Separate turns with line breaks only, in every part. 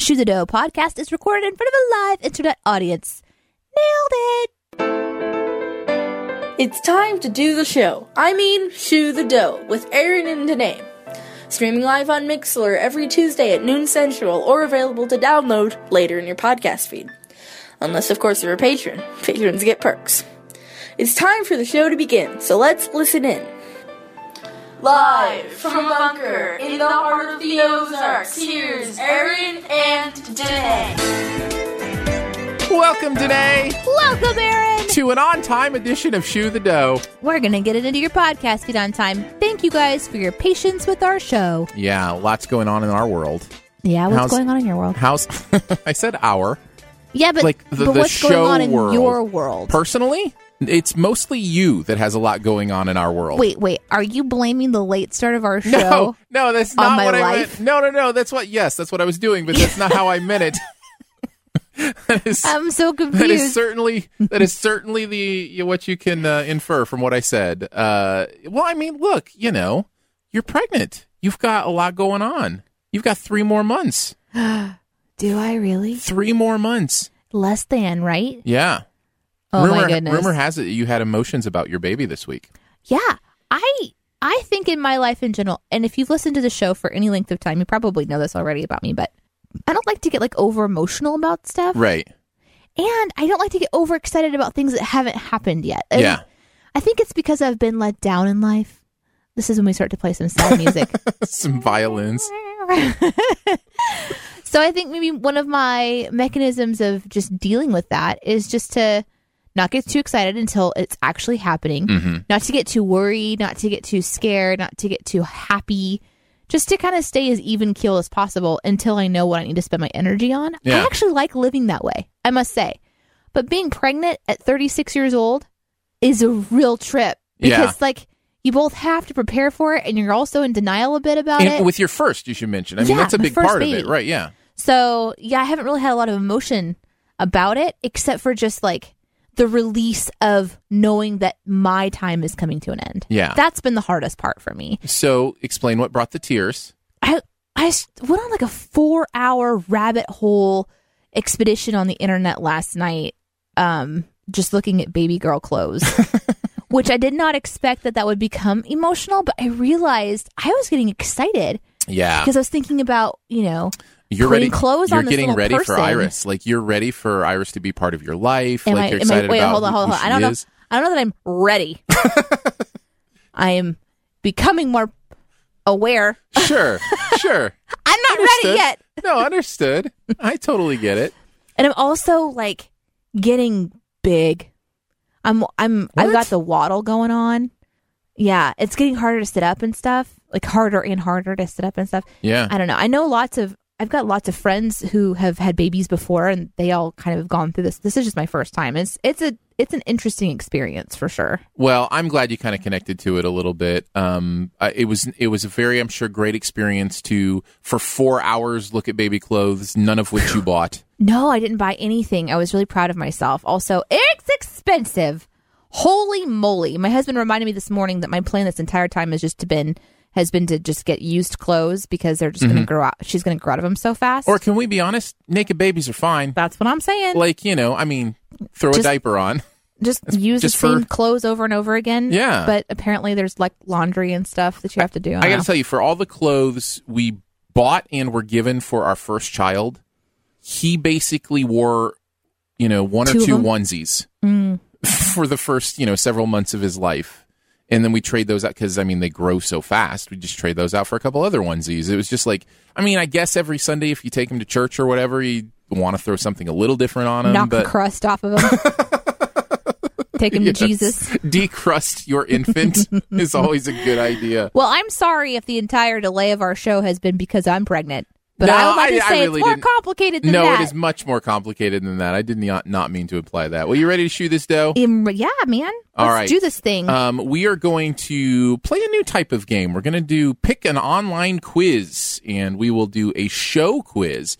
Shoot the Dough podcast is recorded in front of a live internet audience. Nailed it!
It's time to do the show. I mean, shoe the dough with Aaron and Danae. Streaming live on Mixler every Tuesday at noon central or available to download later in your podcast feed. Unless, of course, you're a patron. Patrons get perks. It's time for the show to begin, so let's listen in. Live from a bunker in the heart of the Ozarks, here's Aaron and Danae.
Welcome today
Welcome, Aaron!
to an on time edition of Shoe the Dough.
We're gonna get it into your podcast feed on time. Thank you guys for your patience with our show.
Yeah, lots going on in our world.
Yeah, what's
How's-
going on in your world?
How's I said our
Yeah, but,
like the,
but
the
what's
show
going on in
world.
your world?
Personally, it's mostly you that has a lot going on in our world.
wait, wait, are you blaming the late start of our show?
no, no, that's
on
not
my
what I
life?
meant. No, no, no, that's what. Yes, that's what I was doing, but that's not how I meant it. that is
I'm so confused.
that is certainly that is certainly the what you can uh, infer from what I said. Uh, well, I mean, look, you know, you're pregnant. You've got a lot going on. You've got three more months.
Do I really?
Three more months.
Less than, right?
Yeah.
Oh
rumor,
my goodness.
Rumor has it that you had emotions about your baby this week.
Yeah, I I think in my life in general, and if you've listened to the show for any length of time, you probably know this already about me, but I don't like to get like over emotional about stuff,
Right.
and I don't like to get over excited about things that haven't happened yet. And
Yeah.
I think it's because I've been let down in life. This is when we start to play some sad music.
Some violins.
so I think maybe one of my mechanisms of just dealing with that is just to not get too excited until it's actually happening,
Mm-hmm.
not to get too worried, not to get too scared, not to get too happy, just to kind of stay as even keel as possible until I know what I need to spend my energy on. I
Yeah.
actually like living that way, I must say. But being pregnant at 36 years old is a real trip
Yeah.
because, like, you both have to prepare for it, and you're also in denial a bit about it.
And with your first, you should mention. I mean,
Yeah,
that's a
my
big
first
part of
baby.
it. Right. Yeah.
So yeah, I haven't really had a lot of emotion about it, except for just like the release of knowing that my time is coming to an end.
Yeah.
that's been the hardest part for me.
So explain what brought the tears.
I I s- went on like a four hour rabbit hole expedition on the internet last night, um, just looking at baby girl clothes. Which I did not expect that that would become emotional, but I realized I was getting excited
Yeah.
because I was thinking about, you know,
you're
putting
ready.
clothes
you're
on this
getting
little
ready for
person.
Iris. Like you're ready for Iris to be part of your life.
Am
like
I,
you're
am I,
excited
wait,
about
hold on,
who-
hold
who
on. I
she
don't know.
is.
I don't know that I'm ready. I am becoming more aware.
Sure, sure.
I'm not
Understood.
ready yet,
No, understood. I totally get it.
and I'm also like getting big. I'm I'm I've
What?
got the waddle going on. Yeah, it's getting harder to sit up and stuff. Like harder and harder to sit up and stuff.
Yeah.
I don't know. I know lots of I've got lots of friends who have had babies before and they all kind of have gone through this. This is just my first time. It's it's a it's an interesting experience for sure.
Well, I'm glad you kind of connected to it a little bit. Um, uh, it was it was a very, I'm sure, great experience to for four hours look at baby clothes, none of which you bought.
No, I didn't buy anything. I was really proud of myself. Also, it's expensive. Holy moly. My husband reminded me this morning that my plan this entire time has just been has been to just get used clothes because they're just going to grow out. She's going to grow out of them so fast.
Mm-hmm. Or can we be honest? Naked babies are fine.
That's what I'm saying.
Like you know, I mean, throw
Just-
a diaper on.
just use
just
the same
for-
clothes over and over again.
Yeah.
But apparently there's like laundry and stuff that you have to do.
I
don't
got
know.
to tell you, for all the clothes we bought and were given for our first child, he basically wore, you know, one
Two
or
of
two
them? Mm.
onesies for the first, you know, several months of his life. And then we trade those out because, I mean, they grow so fast. We just trade those out for a couple other onesies. It was just like, I mean, I guess every Sunday, if you take him to church or whatever, you want to throw something a little different on him.
knock
but
the crust off of him. Take him to Jesus.
decrust your infant is always a good idea.
Well, I'm sorry if the entire delay of our show has been because I'm pregnant. But
No,
I would like
I-
to
I
say
really
it's more
didn't.
complicated than
no,
that.
it is much more complicated than that. I did not not mean to imply that. Well, you ready to shoe this dough?
Im- yeah, man. Let's
All right.
do this thing.
Um, we are going to play a new type of game. We're going to do pick an online quiz, and we will do a show quiz,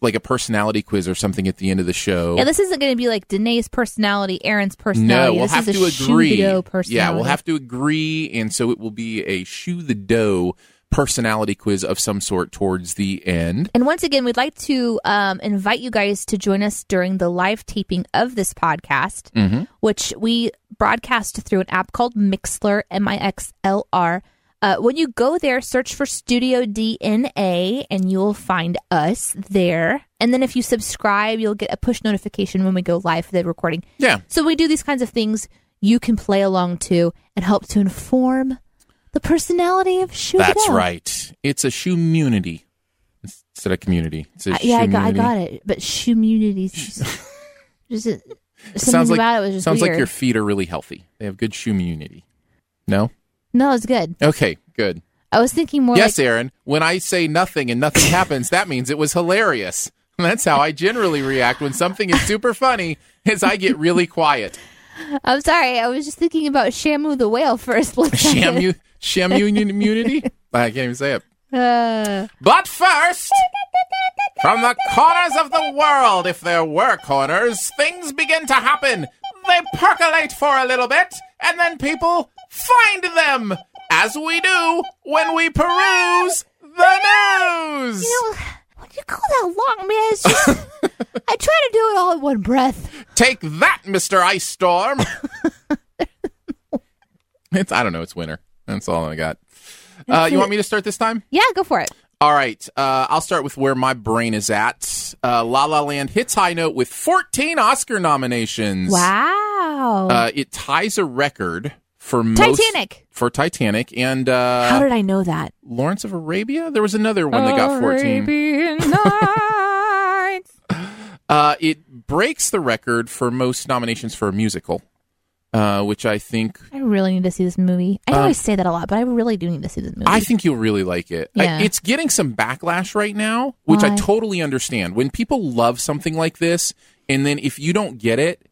like a personality quiz or something at the end of the show.
yeah, this isn't going to be like Danae's personality, Aaron's
no,
personality.
we'll
this
have
is
to
a
agree.
Shubido
Yeah,
personality.
we'll have to agree, and so it will be a shoe the dough personality quiz of some sort towards the end.
And once again, we'd like to um, invite you guys to join us during the live taping of this podcast,
Mm-hmm.
which we broadcast through an app called Mixler, M I X L R. Uh, when you go there, search for Studio DNA and you'll find us there. And then if you subscribe, you'll get a push notification when we go live for the recording.
Yeah,
So we do these kinds of things. You can play along to and help to inform the personality of Shugo.
that's right. It's a shoe community instead of community. It's a
I- Uh, yeah, I got, I
shoe-munity.
got it. But community, just something
sounds like
about it was just
sounds
weird.
like your feet are really healthy. They have good shoe immunity. No,
no, it's good.
okay, good.
I was thinking more
yes,
like
Aaron. When I say nothing and nothing happens, that means it was hilarious. That's how I generally react when something is super funny. Is I get really quiet.
I'm sorry, I was just thinking about Shamu the whale first.
Sham you, sham you immunity. I can't even say it.
Uh,
But first, from the corners of the world, if there were corners, things begin to happen. They percolate for a little bit, and then people find them, as we do when we peruse the news.
you know, what do you call that long, man? It's just I try to do it all in one breath.
Take that, Mr. Ice Storm. it's, I don't know, it's winter. That's all I got. Uh, you want me to start this time?
Yeah, go for it.
All right, uh, I'll start with where my brain is at. Uh, La La Land hits high note with 14 Oscar nominations.
Wow.
Uh, it ties a record for most-
Titanic.
for Titanic and uh,
How did I know that?
Lawrence of Arabia. There was another one that got 14.
Arabian Nights.
Uh, it breaks the record for most nominations for a musical, uh, which I think
I really need to see this movie. I
Uh,
always say that a lot, but I really do need to see this movie.
I think you'll really like it. I-
Yeah.
it's getting some backlash right now, which I
Why?
totally understand. When people love something like this, and then if you don't get it,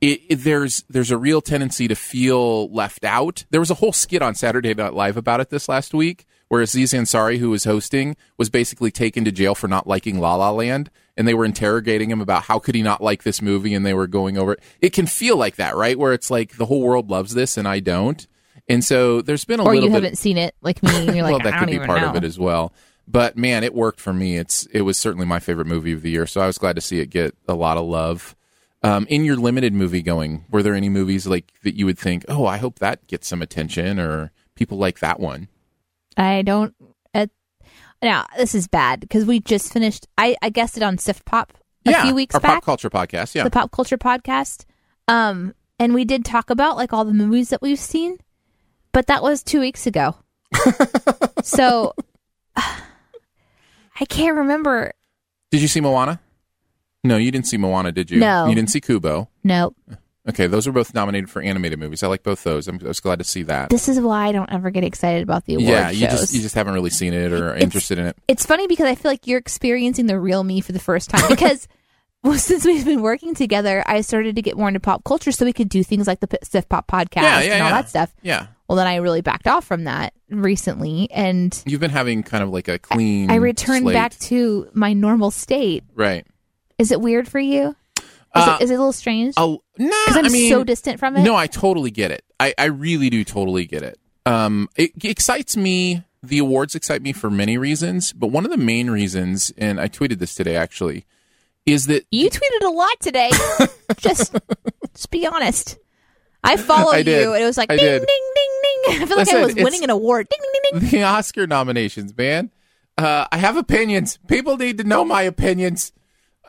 it, it- there's there's a real tendency to feel left out. There was a whole skit on Saturday Night Live about it this last week, where Aziz Ansari, who was hosting, was basically taken to jail for not liking La La Land, and they were interrogating him about how could he not like this movie, and they were going over it. It can feel like that, right? Where it's like the whole world loves this and I don't. And so there's been a
or you
little bit
haven't seen it like me. And you're like,
well, that
I
could
don't
be
even
part
know.
of it as well. But man, it worked for me. It's it was certainly my favorite movie of the year, so I was glad to see it get a lot of love. Um, in your limited movie going, were there any movies like that you would think, oh, I hope that gets some attention or people like that one?
I don't. Uh, now this is bad because we just finished. I I guessed it on Sift Pop a
yeah,
few weeks
our
back,
pop culture podcast. Yeah,
the pop culture podcast. Um, and we did talk about like all the movies that we've seen, but that was two weeks ago. so I can't remember.
did you see Moana? No, you didn't see Moana, did you?
No.
you didn't see Kubo.
No,
Okay, those were both nominated for animated movies. I like both those. I'm, I was glad to see that.
this is why I don't ever get excited about the award
yeah,
shows.
you just you just haven't really seen it or are interested in it.
it's funny because I feel like you're experiencing the real me for the first time because well, since we've been working together, I started to get more into pop culture so we could do things like the P- Stiff Pop podcast
Yeah, yeah,
and all
yeah.
that stuff.
Yeah,
Well, then I really backed off from that recently and
You've been having kind of like a clean.
I returned
Mm, slate.
back to my normal state.
Right.
Is it weird for you? Is,
Uh,
it, is it a little strange?
Oh no!
Because I'm
I mean,
so distant from it.
No, I totally get it. I, I really do totally get it. Um, it excites me. The awards excite me for many reasons, but one of the main reasons, and I tweeted this today actually, is that
You tweeted a lot today. just, just be honest. I followed
I did.
you and it was like
I
ding,
did.
ding, ding, ding. I feel like
Listen,
I was
it's-
winning an award. Ding, ding, ding, ding.
the Oscar nominations, man. Uh, I have opinions. People need to know my opinions.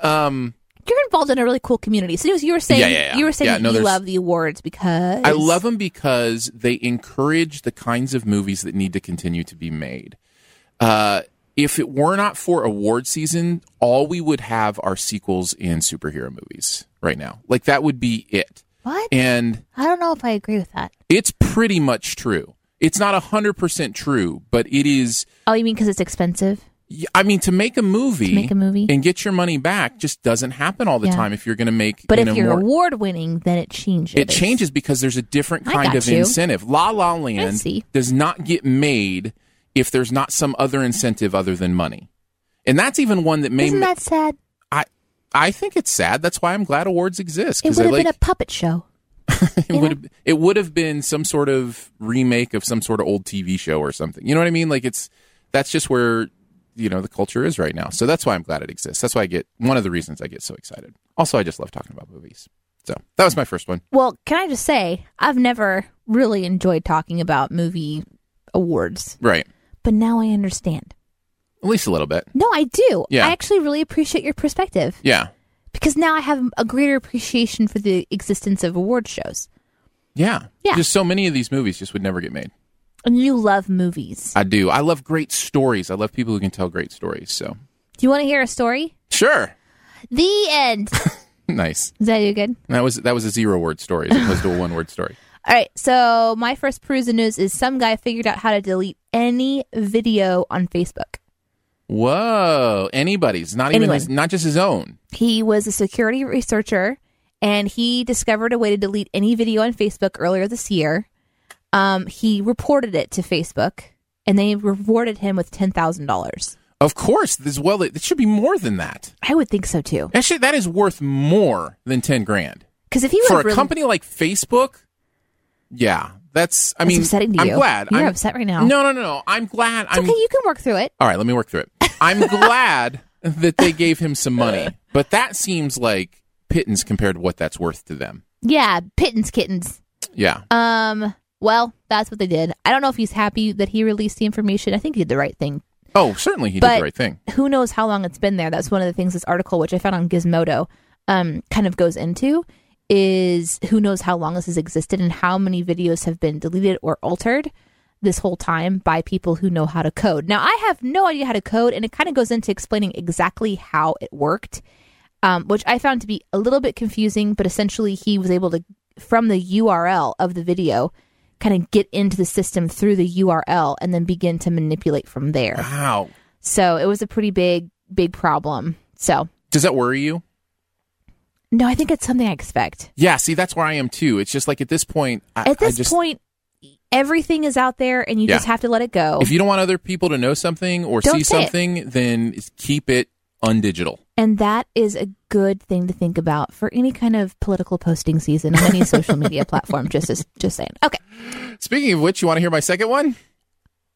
Um,
you're involved in a really cool community. So anyways, you were saying
Yeah, yeah, yeah.
you were saying
Yeah,
that
no,
you
there's-
love the awards because
I love them because they encourage the kinds of movies that need to continue to be made. Uh, if it were not for award season, all we would have are sequels and superhero movies right now. Like that would be it.
what
And
I don't know if I agree with that.
it's pretty much true. It's not 100% true, but it is
Oh, you mean because it's expensive?
y- I mean, to make a movie,
make a movie.
and get your money back just doesn't happen all the
Yeah.
time. If you're going to make,
But
you
if
know,
you're
more,
award winning, then it changes.
it changes because there's a different
I
kind
got
of
you.
incentive. La La
I
Land
see.
does not get made if there's not some other incentive other than money, and that's even one that may.
Isn't that sad?
I I think it's sad. That's why I'm glad awards exist.
It
'cause
would
I
have
like,
been a puppet show.
it would have it would have been some sort of remake of some sort of old TV show or something. You know what I mean? Like it's that's just where you know the culture is right now. So that's why I'm glad it exists. That's why I get one of the reasons I get so excited. Also, I just love talking about movies. So that was my first one.
Well, can I just say, I've never really enjoyed talking about movie awards,
Right.
but now I understand.
At least a little bit.
No, I do.
Yeah.
I actually really appreciate your perspective
Yeah.
because now I have a greater appreciation for the existence of award shows.
Yeah.
Yeah.
Just so many of these movies just would never get made.
And you love movies.
I do. I love great stories. I love people who can tell great stories. So
Do you want to hear a story?
sure.
The end. Is
Nice.
that you good?
That was that was a zero word story as opposed to a one word story.
All right. So my first perusing news is some guy figured out how to delete any video on Facebook.
Whoa! Anybody's not even
Anyone.
his, not just his own.
He was a security researcher and he discovered a way to delete any video on Facebook earlier this year. Um, he reported it to Facebook and they rewarded him with $10,000.
Of course, as well. It, it should be more than that.
I would think so too.
That should, that is worth more than ten grand
Because if he
for
would
a
have really,
company like Facebook. Yeah, that's. I
That's
mean,
upsetting to
I'm
you.
glad.
You're
I'm,
upset right now.
No, no, no, no. I'm glad.
it's
I'm.
okay, you can work through it.
All right, let me work through it. I'm glad that they gave him some money, but that seems like pittance compared to what that's worth to them.
Yeah, pittance kittens.
Yeah.
Um, well, that's what they did. I don't know if he's happy that he released the information. I think he did the right thing.
Oh, certainly he did
But-
the right thing.
Who knows how long it's been there? That's one of the things this article, which I found on Gizmodo, um, kind of goes into is who knows how long this has existed and how many videos have been deleted or altered this whole time by people who know how to code. Now, I have no idea how to code, and it kind of goes into explaining exactly how it worked, um, which I found to be a little bit confusing, but essentially, he was able to, from the URL of the video, kind of get into the system through the URL and then begin to manipulate from there.
Wow.
So it was a pretty big, big problem. So
Does that worry you?
no, I think it's something I expect.
Yeah. See, that's where I am too. It's just like at this point. I,
At this
I just,
point, everything is out there, and you
Yeah.
just have to let it go.
If you don't want other people to know something or
Don't
see
say it.
something, then keep it undigital.
and that is a good thing to think about for any kind of political posting season on any social media platform. Just as, just saying. Okay,
Speaking of which, you want to hear my second one?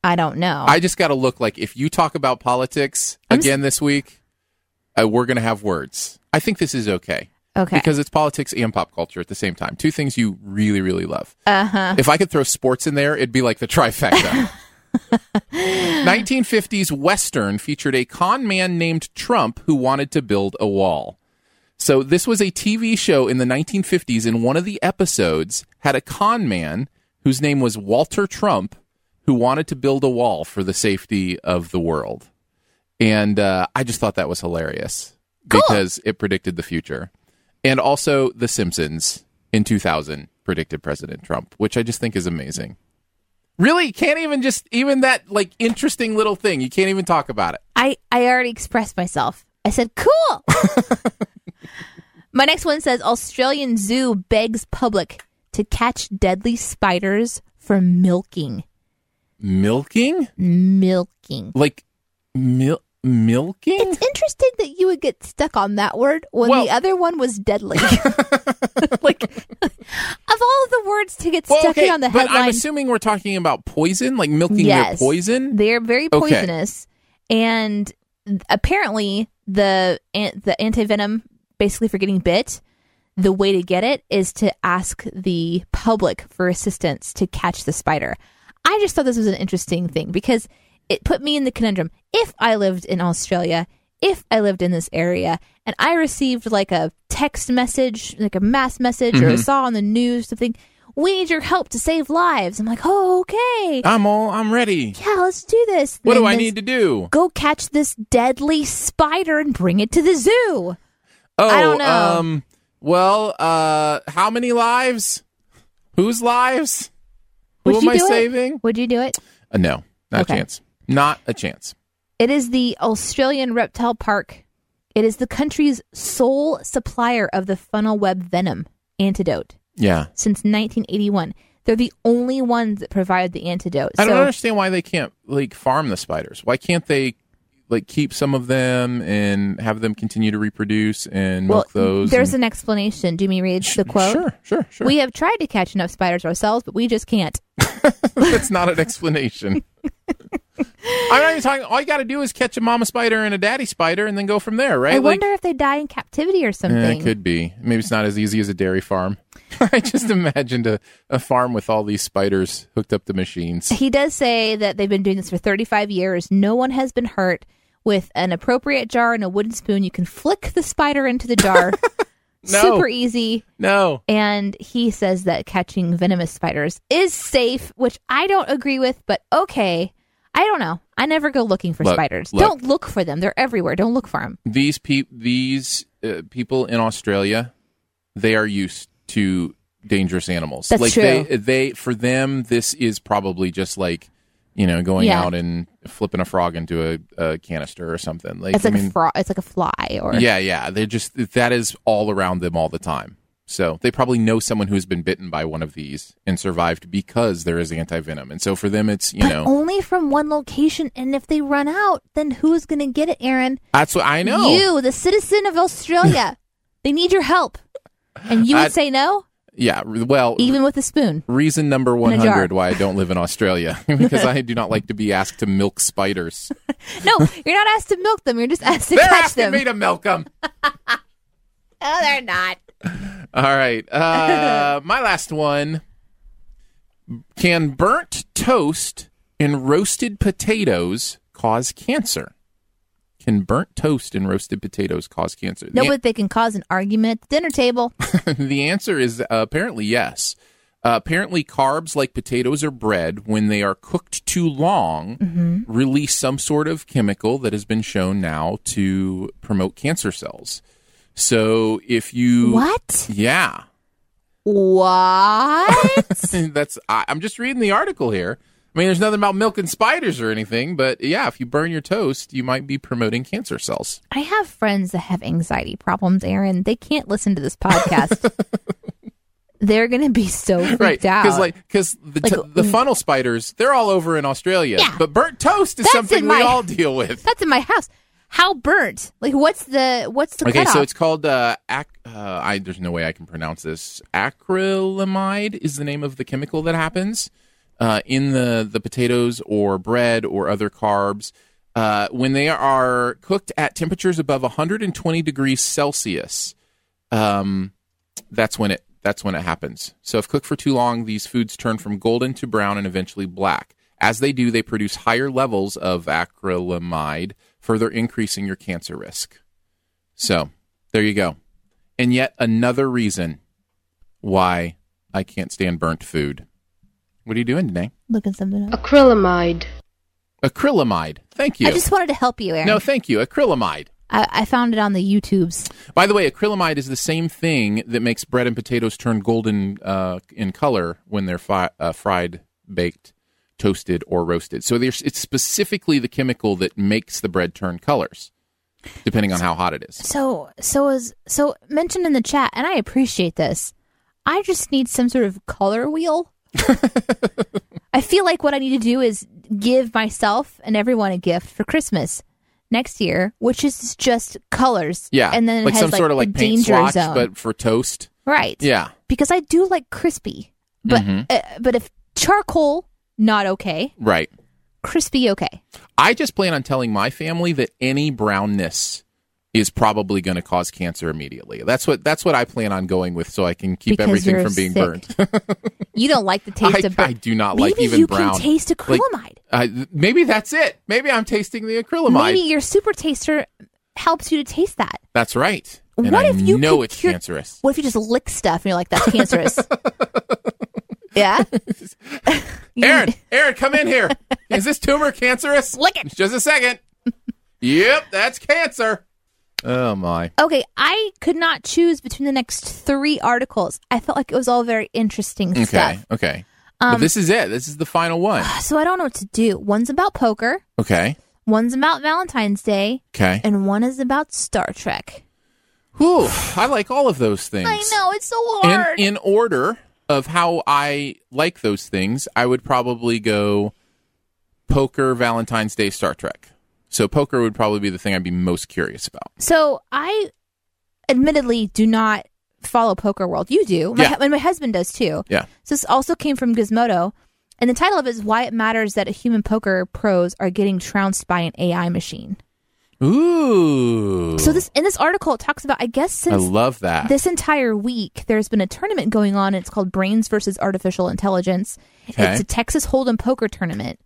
I don't know.
I just got to look like if you talk about politics
Oh. I'm s-
again this week, uh, we're going to have words. I think this is okay.
okay.
Because it's politics and pop culture at the same time. Two things you really, really love.
uh huh.
If I could throw sports in there, it'd be like the trifecta. 1950s Western featured a con man named Trump who wanted to build a wall. So, this was a TV show in the 1950s, and one of the episodes had a con man whose name was Walter Trump who wanted to build a wall for the safety of the world. And uh, I just thought that was hilarious because it predicted the future. And also, The Simpsons in 2000 predicted President Trump, which I just think is amazing. Really, you can't even just even that like interesting little thing. You can't even talk about it.
I I already expressed myself. I said cool. My next one says Australian zoo begs public to catch deadly spiders for milking.
Milking,
Milking.
like mil- milking.
It's interesting that you would get stuck on that word when
Well-
the other one was deadly. like, of all the words to get
Well,
stuck
okay,
in on the
but I'm
headline,
assuming we're talking about poison, like milking
yes,
their poison.
They're very
Okay.
poisonous, and apparently the an- the anti venom, basically for getting bit, the way to get it is to ask the public for assistance to catch the spider. I just thought this was an interesting thing because it put me in the conundrum. If I lived in Australia, if I lived in this area, and I received like a text message, like a mass message,
Mm-hmm.
or saw on the news something, we need your help to save lives. I'm like, oh, okay
I'm all. I'm ready.
yeah, let's do this.
What do
Then
I
this-
need to do?
Go catch this deadly spider and bring it to the zoo.
Oh,
I don't know.
um, well, uh, how many lives? Whose lives? Who
Would
am
you
I
do it?
saving?
Would you do it?
Uh, no, not
Okay.
a chance. Not a chance.
It is the Australian Reptile Park. It is the country's sole supplier of the funnel web venom antidote
Yeah.
since 1981. They're the only ones that provide the antidote.
I don't
so
understand why they can't like farm the spiders. Why can't they like keep some of them and have them continue to reproduce and
well,
milk those?
there's
and-
an explanation. Do me read the quote?
Sure, sure, sure.
We have tried to catch enough spiders ourselves, but we just can't.
That's not an explanation. I'm not even talking. All you got to do is catch a mama spider and a daddy spider, and then go from there, right?
I
Like-
wonder if they die in captivity or
Yeah,
something.
it could be. Maybe it's not as easy as a dairy farm. I just imagined a, a farm with all these spiders hooked up to machines.
He does say that they've been doing this for 35 years. No one has been hurt. With an appropriate jar and a wooden spoon, you can flick the spider into the jar.
No.
Super easy.
No.
And he says that catching venomous spiders is safe, which I don't agree with, but okay. I don't know. I never go looking for
Look,
spiders.
look.
Don't look for them. They're everywhere. Don't look for them.
These peop these uh, people in Australia, they are used to dangerous animals.
That's
like
true.
they they for them this is probably just like, you know, going
Yeah.
out and flipping a frog into a, a canister or something. Like
It's
I
like a
mean,
fro- it's like a fly or
Yeah, yeah. They're just that is all around them all the time. So they probably know someone who's been bitten by one of these and survived because there is anti venom. And so for them, it's you
but
know
only from one location and if they run out, then who's going to get it, Aaron?
that's what I know.
You, the citizen of Australia. they need your help. And you would
I-
say no,
yeah. r- Well,
even with a spoon.
reason number
a
one
jar.
hundred why I don't live in Australia because I do not like to be asked to milk spiders.
No, you're not asked to milk them. You're just asked to
They're
catch
asking
them.
me to milk them.
oh, they're not.
All right. Uh, my last one. Can burnt toast and roasted potatoes cause cancer? Can burnt toast and roasted potatoes cause cancer?
No,
The-
but they can cause an argument at the dinner table.
the answer is uh, apparently yes. Uh, apparently, carbs like potatoes or bread, when they are cooked too long, release some sort of chemical that has been shown now to promote cancer cells. So if you.
what?
Yeah.
What?
That's I, I'm just reading the article here. I mean, there's nothing about milk and spiders or anything, but yeah, if you burn your toast, you might be promoting cancer cells.
I have friends that have anxiety problems, Aaron. They can't listen to this podcast. they're going to be so freaked
right?
out.
Because like because the,
Like, mm.
t- the funnel spiders, they're all over in Australia.
Yeah.
But burnt toast is
That's
something
in my-
we all deal with.
That's in my house. How burnt? Like, what's the what's the
Okay,
cutoff?
so it's called uh, ac- uh I there's no way I can pronounce this. Acrylamide is the name of the chemical that happens uh, in the the potatoes or bread or other carbs uh, when they are cooked at temperatures above 120 degrees Celsius. Um, that's when it that's when it happens. So if cooked for too long, these foods turn from golden to brown and eventually black. As they do, they produce higher levels of acrylamide, further increasing your cancer risk. So there you go. And yet another reason why I can't stand burnt food. What are you doing today?
looking something up.
Acrylamide.
Acrylamide. Thank Oh, you.
I just wanted to help you, Aaron.
no, thank you. Acrylamide.
I, I found it on the YouTubes.
By the way, acrylamide is the same thing that makes bread and potatoes turn golden uh, in color when they're fi- uh, fried, baked, toasted, or roasted. So there's, it's specifically the chemical that makes the bread turn colors, depending on how hot it is.
So, so is so mentioned in the chat, and I appreciate this. I just need some sort of color wheel. I feel like what I need to do is give myself and everyone a gift for Christmas next year, which is just colors.
Yeah,
and then it
like
has
some sort of
a
like paint
danger
swatch,
zone,
but for toast.
right?
Yeah. Mm-hmm.
because I do like crispy, but uh, but if charcoal, not okay.
Right.
Crispy, okay.
I just plan on telling my family that any brownness is probably going to cause cancer immediately. That's what that's what I plan on going with, so I can keep
Because
everything
you're
from being
sick.
burnt.
You don't like the taste
I,
of. bur-
I do not
Maybe
like even
you
brown.
can taste
Like,
acrylamide.
I- Uh, th- maybe that's it. Maybe I'm tasting the acrylamide.
Maybe your super taster helps you to taste that.
That's right. And
what
I
if you
know
could
it's
cure-
cancerous.
What if you just lick stuff and you're like, that's cancerous? yeah. You-
Aaron, Aaron, come in here. Is this tumor cancerous?
Lick it.
Just a second. yep, that's cancer. Oh my.
Okay, I could not choose between the next three articles. I felt like it was all very interesting
Okay.
stuff. Um,
Okay. but this is it. This is the final one.
So I don't know what to do. One's about poker.
Okay.
One's about Valentine's Day,
Okay.
and one is about Star Trek.
Whew, I like all of those things.
I know it's so
In,
hard.
in order of how I like those things, I would probably go poker, Valentine's Day, Star Trek. So poker would probably be the thing I'd be most curious about.
so I, admittedly, do not follow Poker World. You do, my,
Yeah.
and my husband does too.
Yeah.
So this also came from Gizmodo, and the title of it is "Why It Matters That Human Poker Pros Are Getting Trounced by an AI Machine."
Ooh.
So this in this article it talks about, I guess,
I
since
love that.
this entire week there's been a tournament going on and it's called brains versus artificial intelligence
Okay.
it's a texas hold'em poker tournament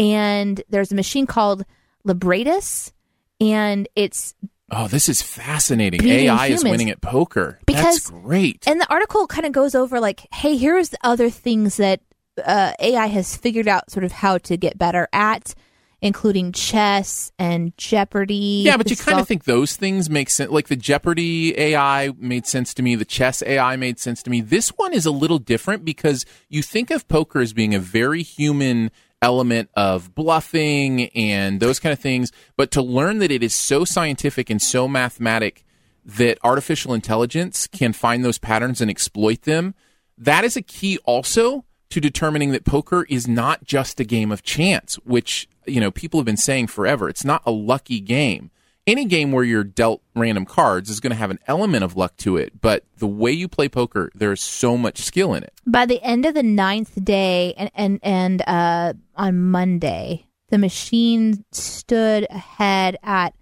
and there's a machine called libratus and it's
oh, this is fascinating.
Beating
AI is
humans.
winning at poker.
Because-
That's great.
and the article kind of goes over like hey here's the other things that uh, ai has figured out sort of how to get better at including chess and jeopardy
yeah, but you
This is
kind
all-
of think those things make sense. Like the Jeopardy AI made sense to me, the chess AI made sense to me. This one is a little different because you think of poker as being a very human element of bluffing and those kind of things, but to learn that it is so scientific and so mathematic that artificial intelligence can find those patterns and exploit them, that is a key also to determining that poker is not just a game of chance, which, you know, people have been saying forever. It's not a lucky game. Any game where you're dealt random cards is going to have an element of luck to it, but the way you play poker, there is so much skill in it.
by the end of the ninth day and and, and uh, on monday the machine stood ahead at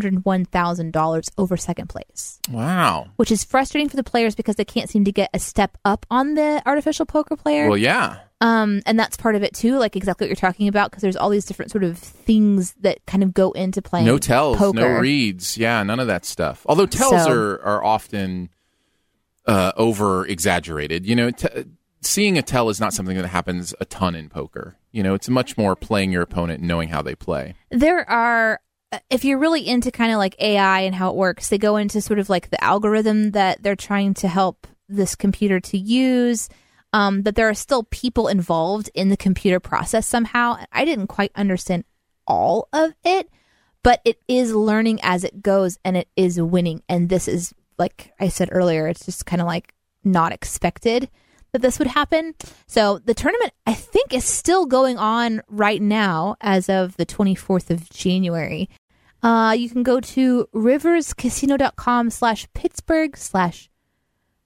$701000 over second place
Wow.
which is frustrating for the players because they can't seem to get a step up on the artificial poker player
Well, yeah.
um, and that's part of it too like exactly what you're talking about because there's all these different sort of things that kind of go into playing
No tells,
poker.
no reads. Yeah, none of that stuff. Although tells
So-
are, are often uh, over exaggerated. You know, t- seeing a tell is not something that happens a ton in poker. You know, it's much more playing your opponent and knowing how they play.
there are uh, if you're really into kind of like AI and how it works, they go into sort of like the algorithm that they're trying to help this computer to use. Um, that there are still people involved in the computer process somehow. I didn't quite understand all of it, but it is learning as it goes and it is winning. And this is, like I said earlier, it's just kind of like not expected that this would happen. So the tournament, I think, is still going on right now as of the 24th of January. Uh, you can go to riverscasino.com slash Pittsburgh slash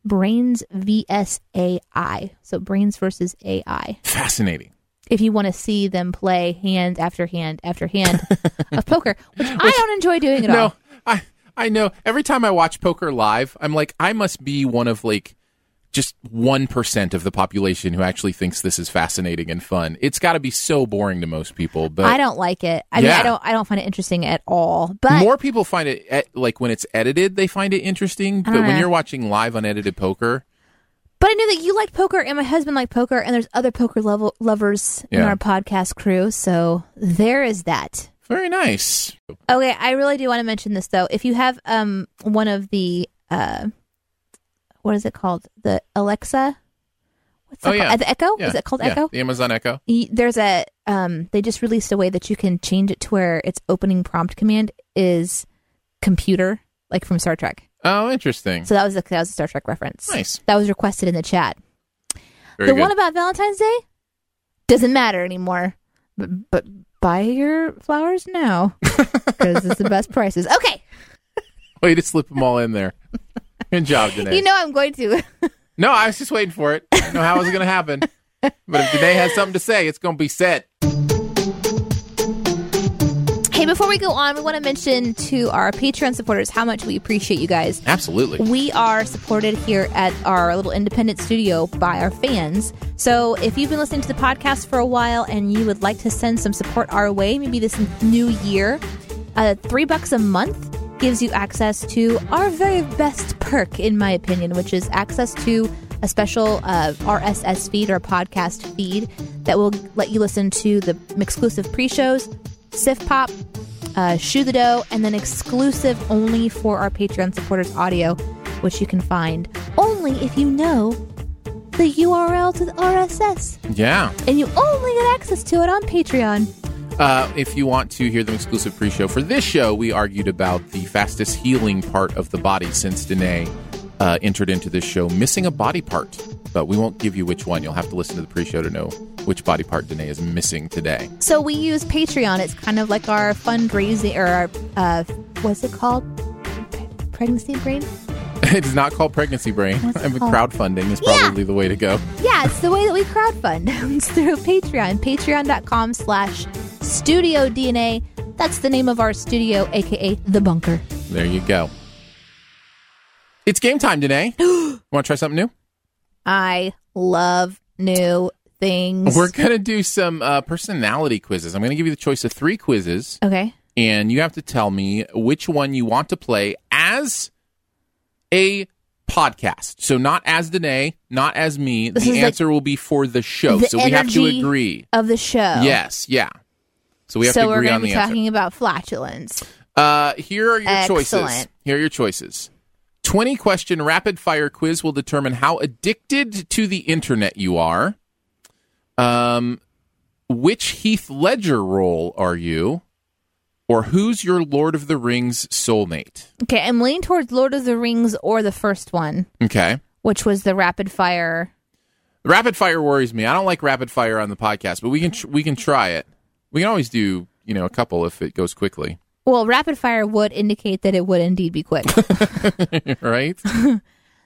brains vs AI. So brains versus AI.
Fascinating.
If you want to see them play hand after hand after hand of poker, which, I don't enjoy doing at
no,
all.
I I know. Every time I watch poker live, I'm like, I must be one of like just one percent of the population who actually thinks this is fascinating and fun. It's got to be so boring to most people. But
I don't like it. I mean,
Yeah.
I don't. I don't find it interesting at all. But
more people find it e- like when it's edited, they find it interesting. But when
Uh.
you're watching live unedited poker,
But I knew that you liked poker and my husband liked poker, and there's other poker level lovers in
Yeah.
our podcast crew. So there is that.
very nice.
Okay, I really do want to mention this though. If you have um one of the uh, what is it called? The Alexa. What's that called?
Oh, yeah.
Uh, The Echo.
Yeah.
Is it called
Yeah.
Echo?
The Amazon Echo.
Y- There's a um. They just released a way that you can change it to where its opening prompt command is computer, like from Star Trek.
Oh, interesting.
So that was a, that was a Star Trek reference.
Nice.
That was requested in the chat.
Very
the
good.
one about Valentine's Day doesn't matter anymore. But, but buy your flowers now because it's the best prices. Okay,
Way to Oh, slip them all in there. Good job, Danae.
you know I'm going to.
no, I was just waiting for it. I didn't know how it was going to happen. But if Danae has something to say, it's going to be said.
hey, before we go on, we want to mention to our Patreon supporters how much we appreciate you guys.
Absolutely.
We are supported here at our little independent studio by our fans. So if you've been listening to the podcast for a while and you would like to send some support our way, maybe this new year, uh, three bucks a month gives you access to our very best perk, in my opinion, which is access to a special uh, RSS feed or podcast feed that will let you listen to the exclusive pre shows, Sif Pop, uh, Shoe the Dough, and then exclusive only for our Patreon supporters audio, which you can find only if you know the URL to the RSS.
Yeah.
And you only get access to it on Patreon.
Uh, if you want to hear the exclusive pre show for this show, we argued about the fastest healing part of the body since Danae uh, entered into this show, missing a body part. But we won't give you which one. You'll have to listen to the pre show to know which body part Danae is missing today.
So we use Patreon. It's kind of like our fundraising or our uh, what's it called? Pregnancy brain.
it is not called pregnancy brain.
What's it
I mean,
called?
crowdfunding is
Yeah.
probably the way to go.
Yeah, it's the way that we crowdfund. it's through Patreon. Patreon.com slash Studio DNA. That's the name of our studio, aka the bunker.
There you go. It's game time, Danae. Want to try something new?
I love new things.
We're going to do some uh, personality quizzes. I'm going to give you the choice of three quizzes,
okay.
and you have to tell me which one you want to play as a podcast. So, not as Danae, not as me.
This is
the
like
answer will be for the show.
the
so, we have to
energy
agree.
Of the show.
Yes, yeah. So, we have
so
to
we're
agree
gonna
on
be
the answer.
talking about flatulence.
Uh, here are your choices.
Excellent.
Here are your choices. 20 question rapid fire quiz will determine how addicted to the internet you are. Um, which Heath Ledger role are you? Or who's your Lord of the Rings soulmate?
Okay, I'm leaning towards Lord of the Rings or the first one,
Okay.
which was the rapid fire.
Rapid fire worries me. I don't like rapid fire on the podcast, but we can tr- we can try it. We can always do, you know, a couple if it goes quickly,
Well, rapid fire would indicate that it would indeed be quick,
right?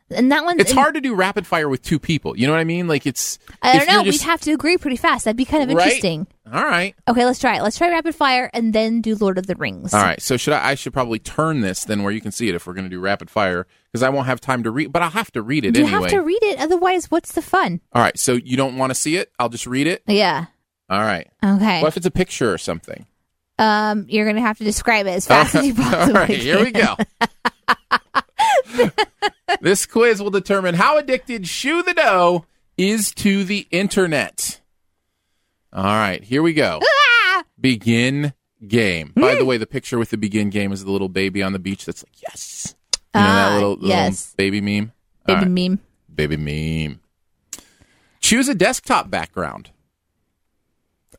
and that one's
It's hard to do rapid fire with two people. You know what I mean? Like it's
I
if
don't
you're
know.
just-
We'd have to agree pretty fast. That'd be kind of
Right?
interesting.
All right.
Okay, let's try it. Let's try rapid fire and then do Lord of the Rings.
All right. So should I? I should probably turn this then where you can see it if we're going to do rapid fire because I won't have time to read. But I'll have to read it
You
anyway.
have to read it, otherwise, what's the fun?
All right. So you don't want to see it? I'll just read it.
Yeah.
All right.
Okay.
What if it's a picture or something?
Um, you're gonna have to describe it as fast as you
Oh, All
possibly
right. Here we
can.
go. this quiz will determine how addicted Shoe the Dough is to the internet. All right. Here we go. Begin game. By
Hmm.
the way, the picture with the begin game is the little baby on the beach that's like, yes. You know that
Ah,
little, little
yes.
baby meme? All
Baby
right.
meme.
Baby meme. Choose a desktop background.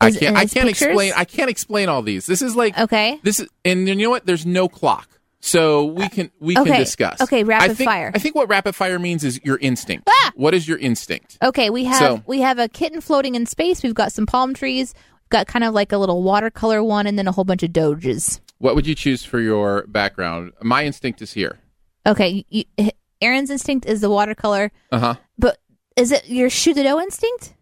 Is-
I can't.
and
I
it's
can't
pictures?
explain. I can't explain all these. This is like
Okay. Uh,
this is, and you know what? There's no clock, so we can we can
okay.
discuss.
Okay,
I
rapid
think,
fire.
I think what rapid fire means is your instinct.
Ah!
What is your instinct?
Okay, we have
So-
we have a kitten floating in space. We've got some palm trees. We've got kind of like a little watercolor one, and then a whole bunch of doges.
What would you choose for your background? My instinct is here.
Okay, you, Aaron's instinct is the watercolor,
Uh huh.
but is it your shoot the dough instinct?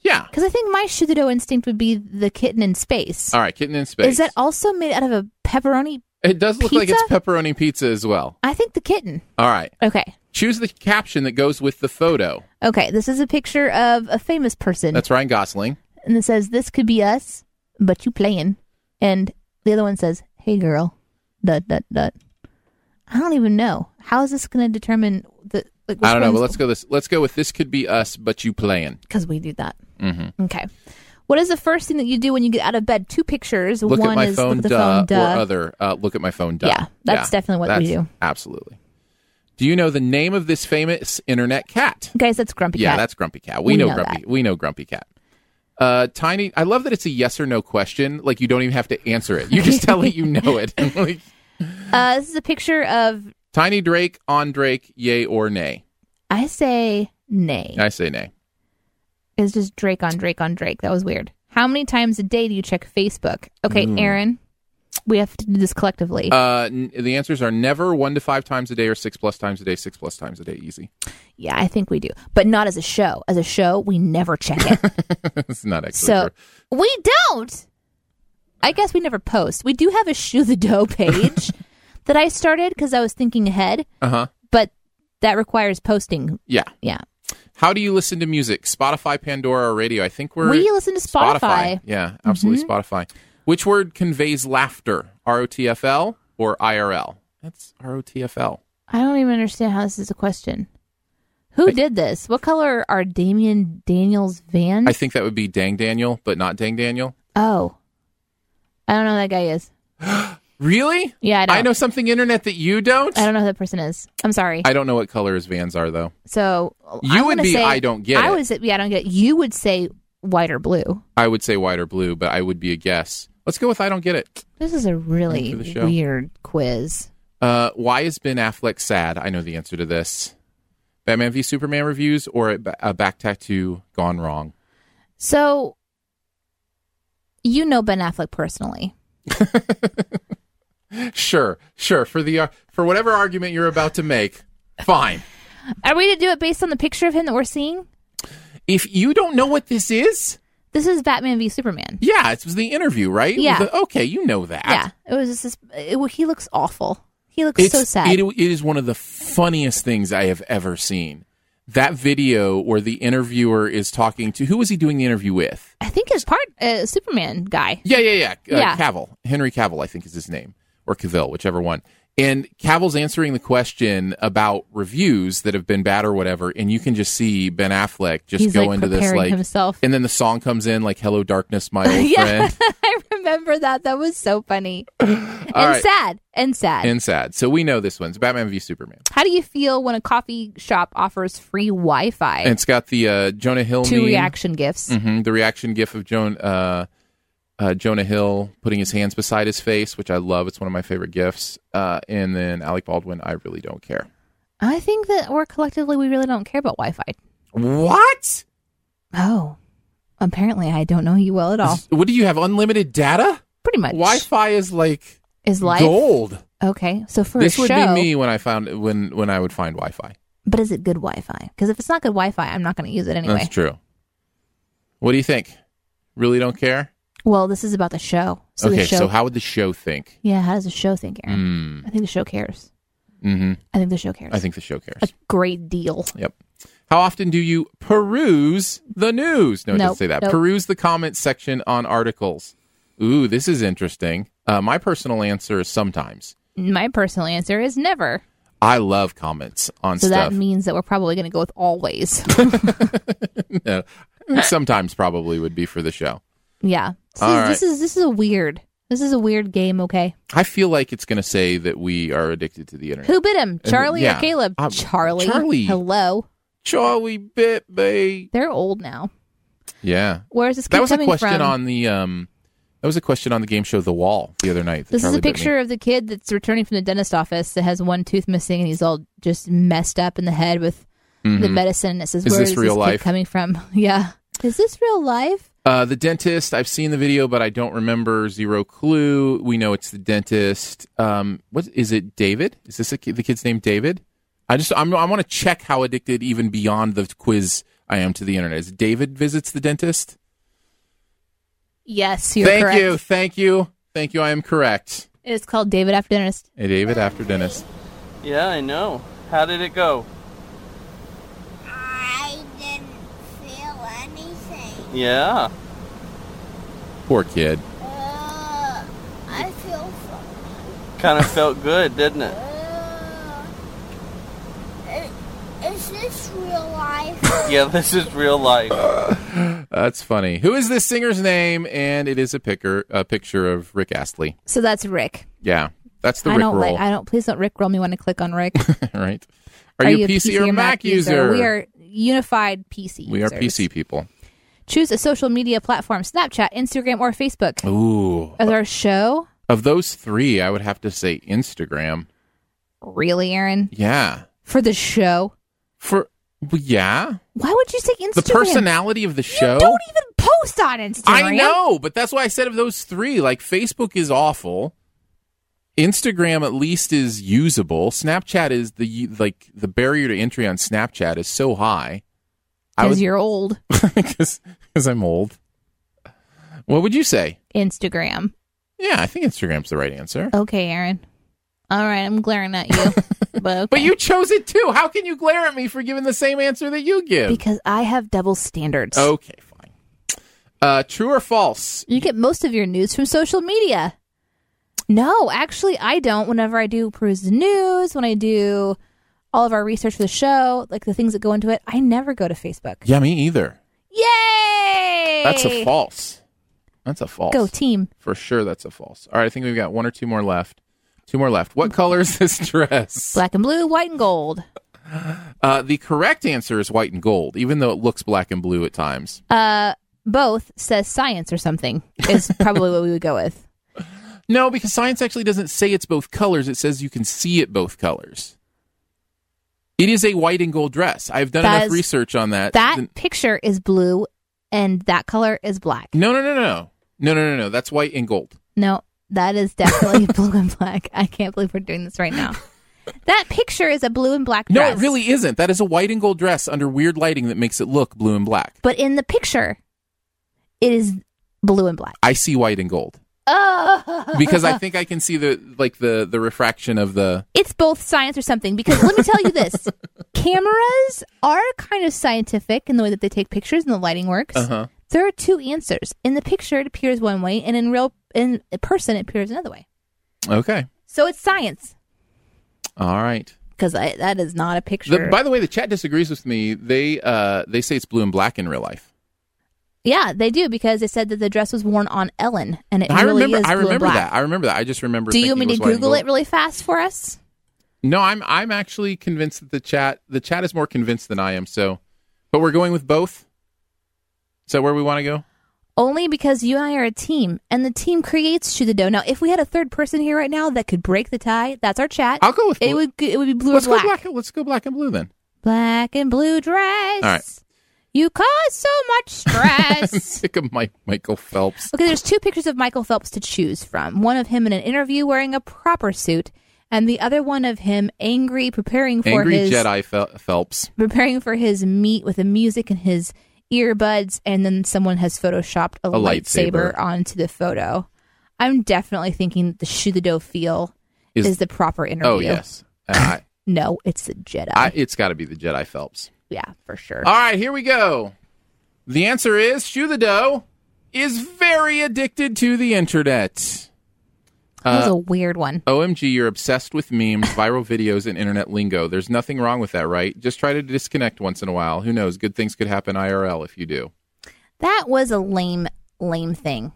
Yeah.
Because I think my shoot the dough instinct would be the kitten in space.
All right. Kitten in space.
Is that also made out of a pepperoni?
It does look like it's
pizza?
pepperoni pizza as well.
I think the kitten.
All right.
Okay.
Choose the caption that goes with the photo.
Okay. This is a picture of a famous person.
That's Ryan Gosling.
and it says, This could be us, but you playing. And the other one says, Hey girl. Dot dot dot. I don't even know. How is this gonna determine the like
I don't know, but let's go this. Let's go with this could be us, but you playing.
because we do that. Mm-hmm. Okay. What is the first thing that you do when you get out of bed? Two pictures.
Look
one
at my
is look
phone,
at the
duh,
phone, duh.
or other. Uh, look at my phone, duh.
Yeah, that's definitely what we
that's-
do.
Absolutely. Do you know the name of this famous internet cat?
Guys, that's grumpy
Yeah,
cat.
that's Grumpy Cat. We,
We
know,
know
Grumpy. We know Grumpy Cat. Uh, tiny. I love that it's a yes or no question. Like you don't even have to answer it. You just tell it you know it. Like,
uh, this is a picture of
tiny Drake on Drake, yay or nay?
I say nay.
I say nay.
It's just Drake on Drake on Drake. That was weird. How many times a day do you check Facebook? Okay, Aaron, we have to do this collectively.
Uh, n- the answers are never one to five times a day or six plus times a day. Six plus times a day, easy.
yeah, I think we do, but not as a show. As a show, we never check it.
it's not actually
so
true.
we don't. I guess we never post. We do have a shoe the dough page that I started because I was thinking ahead,
Uh huh.
but that requires posting.
Yeah.
Yeah,
How do you listen to music? Spotify, Pandora, or radio? I think we're
we listen to Spotify. Mm-hmm.
Yeah, absolutely Spotify. Which word conveys laughter? R O T F L or I R L? That's R O T F L.
I don't even understand how this is a question. Who did this? What color are Damien Daniels' vans?
I think that would be Dang Daniel, but not Dang Daniel.
Oh. I don't know who that guy is.
Really?
Yeah, I don't.
I know something internet that you don't.
I don't know who that person is. I'm sorry.
I don't know what color his vans are though.
so
You
I'm
would
gonna
be,
say-
"I don't get
I
it."
would say, yeah, I don't get. It. You would say white or blue.
I would say white or blue, but I would be a guess. Let's go with I don't get it.
This is a really
Thanks for the show.
weird quiz.
Uh, why is Ben Affleck sad? I know the answer to this. Batman v Superman reviews or a, ba- a back tattoo gone wrong?
So, you know Ben Affleck personally.
Sure, sure. For the uh, for whatever argument you're about to make, fine.
Are we to do it based on the picture of him that we're seeing?
If you don't know what this is,
This is Batman v Superman.
yeah, it was the interview, right? It was
Yeah.
the- okay, you know that.
Yeah, it was just this. It, he looks awful. He looks
It's
so sad.
It, it is one of the funniest things I have ever seen. That video where the interviewer is talking to who was he doing the interview with?
I think it's part uh, Superman guy.
Yeah, yeah, yeah. Uh,
Yeah.
Cavill, Henry Cavill, I think is his name, or Cavill, whichever one. And Cavill's answering the question about reviews that have been bad or whatever, and you can just see Ben Affleck just
He's,
go
like,
into this
preparing
like,
himself.
and then the song comes in like "Hello Darkness, My Old
Yeah,
Friend"
I remember that. That was so funny and
right.
sad and sad.
and sad. So we know this one's Batman v Superman,
How do you feel when a coffee shop offers free Wi-Fi?
and it's got the uh, Jonah Hill
Two
meme.
reaction gifts.
Mhm, the reaction gif of Joan, uh, uh, Jonah Hill putting his hands beside his face, which I love. It's one of my favorite gifs. Uh, and then Alec Baldwin, I really don't care.
I think that we're collectively we really don't care about Wi-Fi.
What?
Oh, apparently I don't know you well at all.
Is- What do you have? Unlimited data?
Pretty much
Wi-Fi is like
is life.
gold.
Okay, so for
This
a
would
show,
be me when I found when when I would find Wi-Fi.
but is it good Wi-Fi? Because if it's not good Wi-Fi, I'm not going to use it anyway.
That's true. What do you think? Really don't care.
Well, this is about the show. So
okay,
the show,
so how would the show think?
yeah, how does the show think, Aaron?
Mm,
I think the show cares.
hmm
I think the show cares.
I think the show
a
cares.
great deal.
Yep. How often do you peruse the news? No, it doesn't
Nope,
say that.
nope.
Peruse the comments section on articles. Ooh, this is interesting. Uh, my personal answer is sometimes.
My personal answer is never.
I love comments on
So
stuff.
that means that we're probably going to go with always.
No. Sometimes probably would be for the show.
yeah. This,
All
is,
right.
this is this is a weird. This is a weird game. Okay.
I feel like it's going to say that we are addicted to the internet.
Who bit him? Charlie
yeah.
or Caleb?
Uh,
Charlie.
Charlie.
Hello.
Charlie bit me.
They're old now.
Yeah,
Where is this kid
that was a
coming
question
from?
on the um, that was a question on the game show The Wall the other night. that
this is
Charlie
a
bit me.
picture of the kid that's returning from the dentist office that has one tooth missing and he's all just messed up in the head with the medicine. And it says,
Mm-hmm. Is
"Where
this real
kid
life?"
coming from?" Yeah. Is this real life?
Uh, the dentist. I've seen the video, but I don't remember. Zero clue. We know it's the dentist. Um, what is it? David? Is this a kid, the kid's name? David? I just I'm, I want to check how addicted even beyond the quiz I am to the internet. Is David visits the dentist?
Yes, you're
thank
correct.
you, thank you, thank you. I am correct.
It is called David After Dentist.
Hey, David, after Dennis.
Yeah, I know. How did it go?
I didn't feel anything.
Yeah.
Poor kid.
Uh, I feel funny.
Kind of felt good, didn't it?
Uh, i- is this real life?
Yeah, this is real life.
Uh, That's funny. Who is this singer's name? And it is a picker, a picture of Rick Astley.
So that's Rick.
Yeah, that's the
I
Rick
don't
roll,
like. I don't. Please don't Rick roll me when I click on Rick.
right? Are, you a PC, or Mac user?
We are unified PC.
We are
users.
PC people.
Choose a social media platform: Snapchat, Instagram, or Facebook.
Ooh.
As our show,
Of those three, I would have to say Instagram.
really, Aaron,
Yeah.
for the show.
For yeah,
Why would you say Instagram?
the personality of the show.
Don't even post on Instagram.
I know, but that's why I said of those three, like Facebook is awful. Instagram at least is usable. Snapchat is the like the barrier to entry on Snapchat is so high. I
because
would
you're old.
because I'm old. What would you say?
Instagram.
Yeah, I think Instagram's the right answer.
Okay, Aaron. All right, I'm glaring at you, but, okay.
But you chose it too. How can you glare at me for giving the same answer that you give?
because I have double standards.
okay, fine. Uh, true or false?
You get most of your news from social media. No, actually, I don't. Whenever I do peruse the news, when I do all of our research for the show, like the things that go into it, I never go to Facebook.
Yeah, me either.
Yay!
That's a false. That's a false.
Go team.
For sure, that's a false. All right, I think we've got one or two more left. Two more left. What color is this dress?
Black and blue, white and gold.
Uh, the correct answer is white and gold, even though it looks black and blue at times.
Uh, both says science or something is probably what we would go with.
No, because science actually doesn't say it's both colors. It says you can see it both colors. It is a white and gold dress. I've done
That
enough
is-
research on that.
That
Uh, Then-
picture is blue and that color is black.
No, no, no, no, no, no, no, no. That's white and gold.
No, that is definitely blue and black. I can't believe we're doing this right now. That picture is a blue and black
No,
dress.
it really isn't. That is a white and gold dress under weird lighting that makes it look blue and black.
But in the picture, it is blue and black.
I see white and gold
Oh,
because I think I can see the like the the refraction of the.
it's both science or something. Because let me tell you this: cameras are kind of scientific in the way that they take pictures and the lighting works.
Uh-huh.
There are two answers. In the picture, it appears one way, and in real in person, it appears another way.
Okay.
So it's science
All right.
because that is not a picture.
The, by the way, the chat disagrees with me. They uh they say it's blue and black in real life.
yeah, they do because they said that the dress was worn on Ellen, and it
I
really
remember.
is
I
blue and
remember
black.
that. I remember that. I just remember.
Do you
thinking
mean
was
to
white and
Google
gold.
it really fast for us?
No, I'm I'm actually convinced that the chat the chat is more convinced than I am. So, but we're going with both. Is that where we want to go?
Only because you and I are a team, and the team creates shoot the dough. Now, if we had a third person here right now that could break the tie, that's our chat.
I'll go with
it
blue.
would it would be blue
Let's
or black.
go
black,
black. Let's go black and blue then.
and blue dress.
All right.
You cause so much stress.
Pick up my Michael Phelps.
okay, there's two pictures of Michael Phelps to choose from. One of him in an interview wearing a proper suit, and the other one of him angry, preparing for
Angry
his
Jedi Fel- Phelps.
preparing for his meet with the music and his earbuds, and then someone has photoshopped a,
A lightsaber.
lightsaber. onto the photo. I'm definitely thinking that the shoe the dough feel
Is-
is, the proper interview.
Oh yes, Uh, I,
No, it's the Jedi.
I, Uh, it's got to be the Jedi Phelps.
yeah, for sure.
All right, here we go. The answer is Shoe the Dough is very addicted to the internet. Uh,
that was a weird one.
OMG, you're obsessed with memes, viral videos, and internet lingo. There's nothing wrong with that, right? Just try to disconnect once in a while. Who knows? Good things could happen IRL if you do.
That was a lame, lame thing.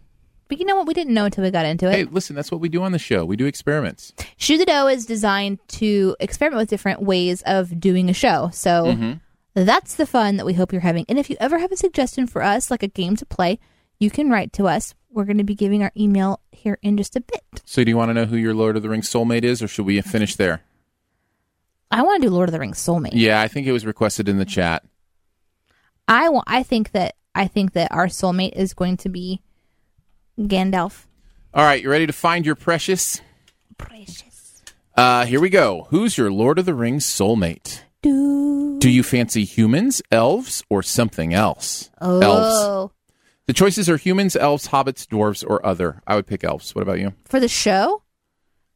But you know what? We didn't know until we got into it.
Hey, listen, that's what we do on the show. We do experiments.
Shoe the Dough is designed to experiment with different ways of doing a show. So
Mm-hmm.
that's the fun that we hope you're having. And if you ever have a suggestion for us, like a game to play, you can write to us. We're going to be giving our email here in just a bit.
So, do you want to know who your Lord of the Rings soulmate is, or should we finish there?
I want to do Lord of the Rings soulmate.
Yeah, I think it was requested in the chat.
I want. I think that I think that our soulmate is going to be Gandalf.
All right, you ready to find your precious?
Precious.
Uh, here we go. Who's your Lord of the Rings soulmate?
Do.
Do you fancy humans, elves, or something else?
Oh.
Elves. The choices are humans, elves, hobbits, dwarves, or other. I would pick elves. What about you?
for the show.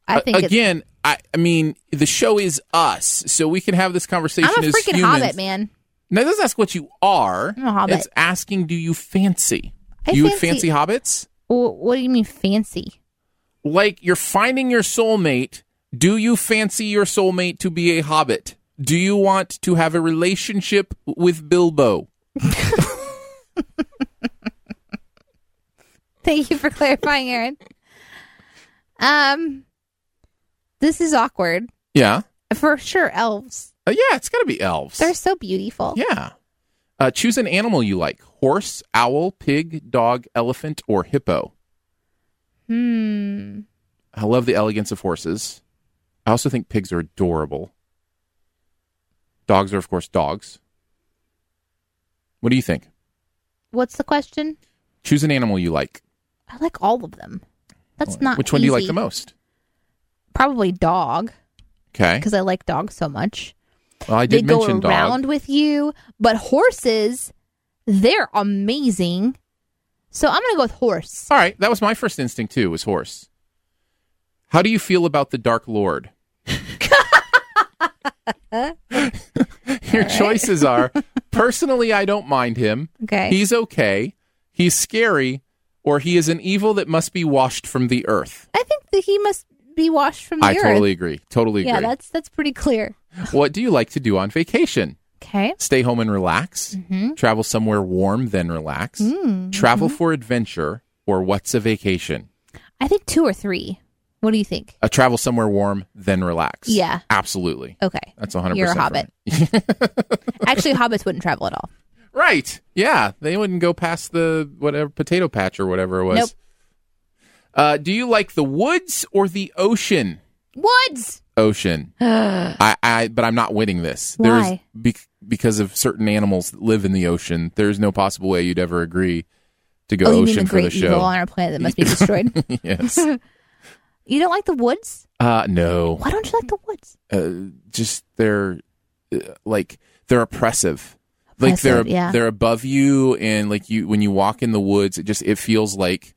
I
A-
think it's-
again, I, I mean, the show is us, so we can have this conversation
I'm a
as
freaking
humans.
hobbit, man.
Now, it doesn't ask what you are.
I'm a hobbit.
It's asking, do you fancy?
I
you would
fancy-
fancy hobbits?
Wh- What do you mean fancy?
Like you're finding your soulmate. Do you fancy your soulmate to be a hobbit? Do you want to have a relationship with Bilbo?
Thank you for clarifying, Aaron. Um, this is awkward
Yeah,
for sure. Elves,
Uh, yeah, it's got to be elves.
they're so beautiful.
Yeah. Uh, choose an animal you like horse, owl, pig, dog, elephant, or hippo.
Hmm.
I love the elegance of horses. I also think pigs are adorable. Dogs are, of course, dogs. What do you think?
What's the question?
Choose an animal you like.
I like all of them. That's not
Which one do you like
easy.
the most?
Probably dog
Okay.
because I like dogs so much.
Well, I
They
did
go
mention
around
dog.
with you, but horses, they're amazing. So I'm gonna go with horse.
All right, that was my first instinct too. Was horse. How do you feel about the Dark Lord? Your choices are: personally, I don't mind him.
Okay.
He's okay. He's scary, or he is an evil that must be washed from the earth.
I think that he must be washed from the
I
earth.
totally agree. Totally agree.
yeah, that's that's pretty clear.
What do you like to do on vacation?
Okay.
Stay home and relax.
Mm-hmm.
Travel somewhere warm, then relax. Travel for adventure, or what's a vacation?
I think two or three. What do you think?
A Uh, travel somewhere warm, then relax.
Yeah.
absolutely.
Okay.
That's 100.
You're a
percent
hobbit. Actually, hobbits wouldn't travel at all.
Right. Yeah. They wouldn't go past the whatever potato patch or whatever it was.
Nope.
Uh, do you like the woods or the ocean?
Woods.
Ocean. I, I but I'm not winning this. There's
Why?
be, because of certain animals that live in the ocean. There's no possible way you'd ever agree to go
oh, you
ocean
mean the
for
great
the show.
evil on our planet that must be destroyed?
yes.
you don't like the woods?
Uh no.
Why don't you like the woods?
uh, just they're uh, like they're oppressive. Like they're
Oppressive, yeah.
they're above you, and like you when you walk in the woods, it just it feels like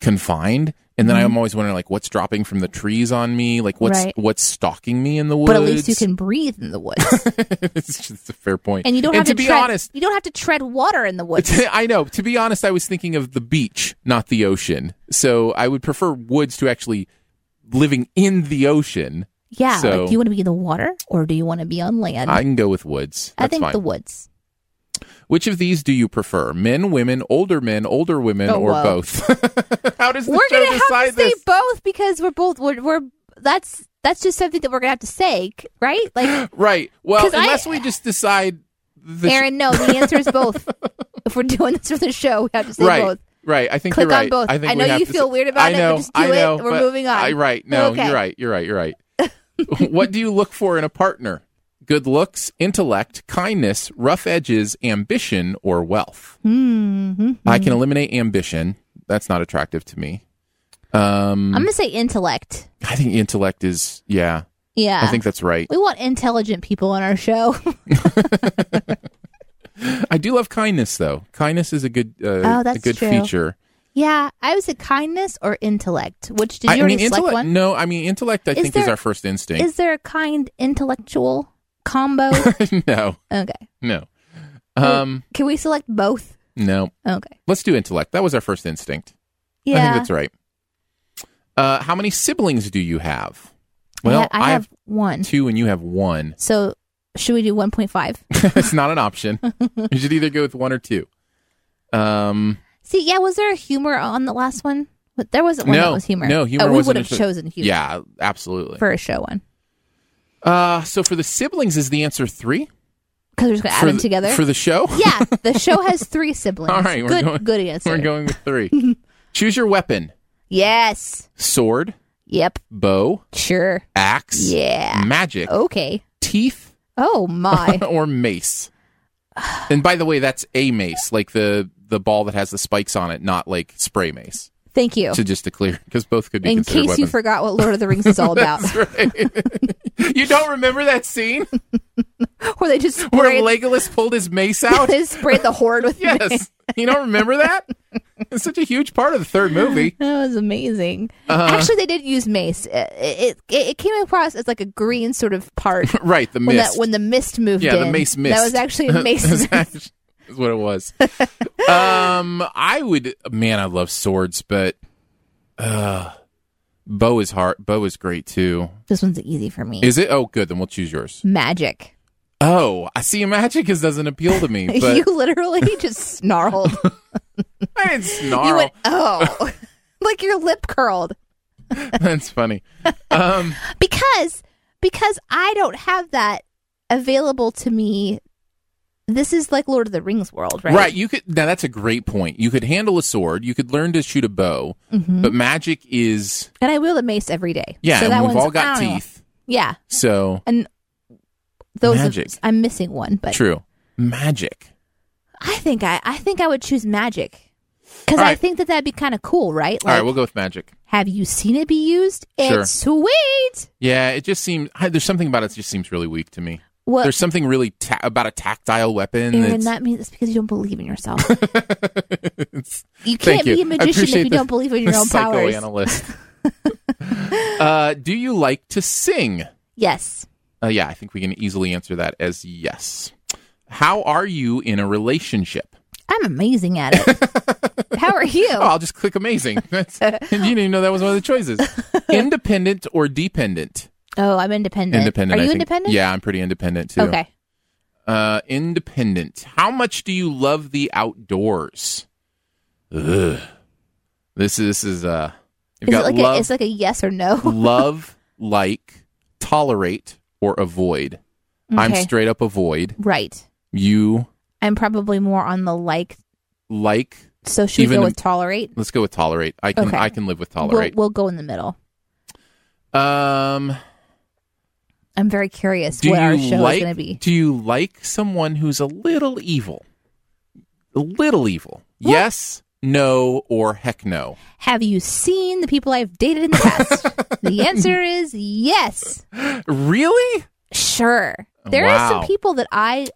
confined. And then I'm always wondering like what's dropping from the trees on me, like what's
Mm-hmm. Right.
what's stalking me in the woods.
But at least you can breathe in the woods,
it's just a fair point.
and you don't have
and
to,
be
tread,
honest.
You don't have to tread water in the woods.
I know. To be honest, I was thinking of the beach, not the ocean. So I would prefer woods to actually living in the ocean.
yeah.
So-
like, do you want to be in the water or do you want to be on land?
I can go with woods.
I
That's
think
fine.
the woods.
Which of these do you prefer? Men, women, older men, older women,
Oh,
or
whoa.
both? How does the
We're
show
gonna have
decide
to say
this?
both because we're both we're, we're that's that's just something that we're gonna have to say, right? Like
Right. Well,
'Cause I-
unless we just decide the sh-
Aaron, no, the answer is both. if we're doing this for the show, we have to say
right.
both.
Right. I think
Click
you're right.
on both.
I, think
I
we
know
have
you
to
feel
say-
weird about
I
it, but
know,
just
I
do it.
know,
We're
but-
moving on.
I, right.
We're
No,
okay.
you're right. You're right. You're right. what do you look for in a partner? Good looks, intellect, kindness, rough edges, ambition, or wealth?
Mm-hmm.
I can eliminate ambition. That's not attractive to me. Um,
I'm gonna say intellect.
I think intellect is, yeah,
Yeah,
I think that's right.
we want intelligent people on our show.
I do love kindness though. Kindness is a good uh,
Oh, that's
a good
true.
feature.
yeah, I was a kindness or intellect. Which did you
I
already
mean
select
intellect.
one?
No, I mean intellect. I
Is
think is
there-
our first instinct.
Is there a kind intellectual combo?
no,
okay,
no,
Oh.
um,
can we select both?
no.
Okay,
Let's do intellect. That was our first instinct. I
yeah.
think that's right. Uh, how many siblings do you have?
I
Well,
ha- I, have one.
two, and you have one.
So should we do 1.5?
it's not an option. you should either go with one or two. Um,
See, yeah, was there a humor on the last one? But there wasn't one
no,
that was humor.
no, humor.
Oh, we
wasn't
would have
inter-
chosen humor
Yeah, absolutely.
for a show one
uh, so for the siblings, is the answer three?
because we're just gonna
for
add them
the-
together.
for the show.
yeah, the show has three siblings.
All right, we're
good,
going-
good answer.
We're going with three. Choose your weapon:
Yes.
sword,
Yep.
bow,
Sure.
axe,
Yeah.
magic,
Okay.
teeth,
Oh my.
or mace. And by the way, that's a mace, like the the ball that has the spikes on it, not like spray mace.
Thank you.
So just to clear, because both could be
Oh. In
considered
case you
weapons.
forgot what Lord of the Rings is all about,
Right. you don't remember that scene
where they just
where
sprayed,
Legolas pulled his mace out?
they sprayed the horde with.
yes, you don't remember that? It's such a huge part of the third movie.
That was amazing.
Uh-huh.
Actually, they did use mace. It, it it it came across as like a green sort of part
Right, the
when
mist.
that when the mist moved
Yeah, the
in.
mace
That
mist.
was actually a mace.
That's what it was. um, I would, man, I love swords, but uh, bow is hard. Bow is great too.
this one's easy for me.
Is it? Oh, good. Then we'll choose yours.
Magic.
Oh, I see. Magic is doesn't appeal to me, but
you literally just snarled.
I didn't
You
snarl.
went oh, like your lip curled
That's funny. Um,
because because I don't have that available to me. This is like Lord of the Rings world, right?
right. You could. Now that's a great point. You could handle a sword. You could learn to shoot a bow,
Mm-hmm.
but magic is
And I wield a mace every day.
yeah.
so that
and we've
one's-
all
I
got
don't know.
teeth,
Yeah,
so
those.
Magic.
Are, I'm missing one, but
true. Magic.
I think I I think I would choose magic because
All
I
right.
think that that'd be kind of cool, right?
all
Like,
right, we'll go with magic.
have you seen it be used?
Sure.
It's sweet.
Yeah, it just seems I- there's something about it that just seems really weak to me.
What?
There's something really ta- about a tactile weapon.
Aaron,
that's-
that means it's because you don't believe in yourself.
it's-
You can't
Thank
be
you.
a
I
magician if
appreciate
you
the-
don't believe in your
the
own powers.
Psychoanalyst. uh, do you like to sing?
Yes.
Uh, yeah, I think we can easily answer that as yes. How are you in a relationship?
I'm amazing at it. How are you?
Oh, I'll just click amazing. That's, you didn't even know that was one of the choices. Independent or dependent?
Oh, I'm independent.
Independent.
Are
I
you
think.
independent?
Yeah, I'm pretty independent too.
Okay.
Uh, independent. How much do you love the outdoors? Ugh. This this is uh, you've
Is it
got
like a,
love,
it's like a yes or no?
love, like, tolerate, or avoid. I'm
Okay.
straight up avoid.
Right.
You
I'm probably more on the like.
Like,
So should we
Even
go
in-
with tolerate?
let's go with tolerate. I can
Okay.
I can live with tolerate.
We'll, we'll go in the middle.
um,
I'm very curious
do
what our
you
show is going
like
to be.
do you like someone who's a little evil? A little evil. Yes, no, or heck no.
Have you seen the people I've dated in the past? the answer is yes.
Really?
Sure. There are some
Wow.
people that I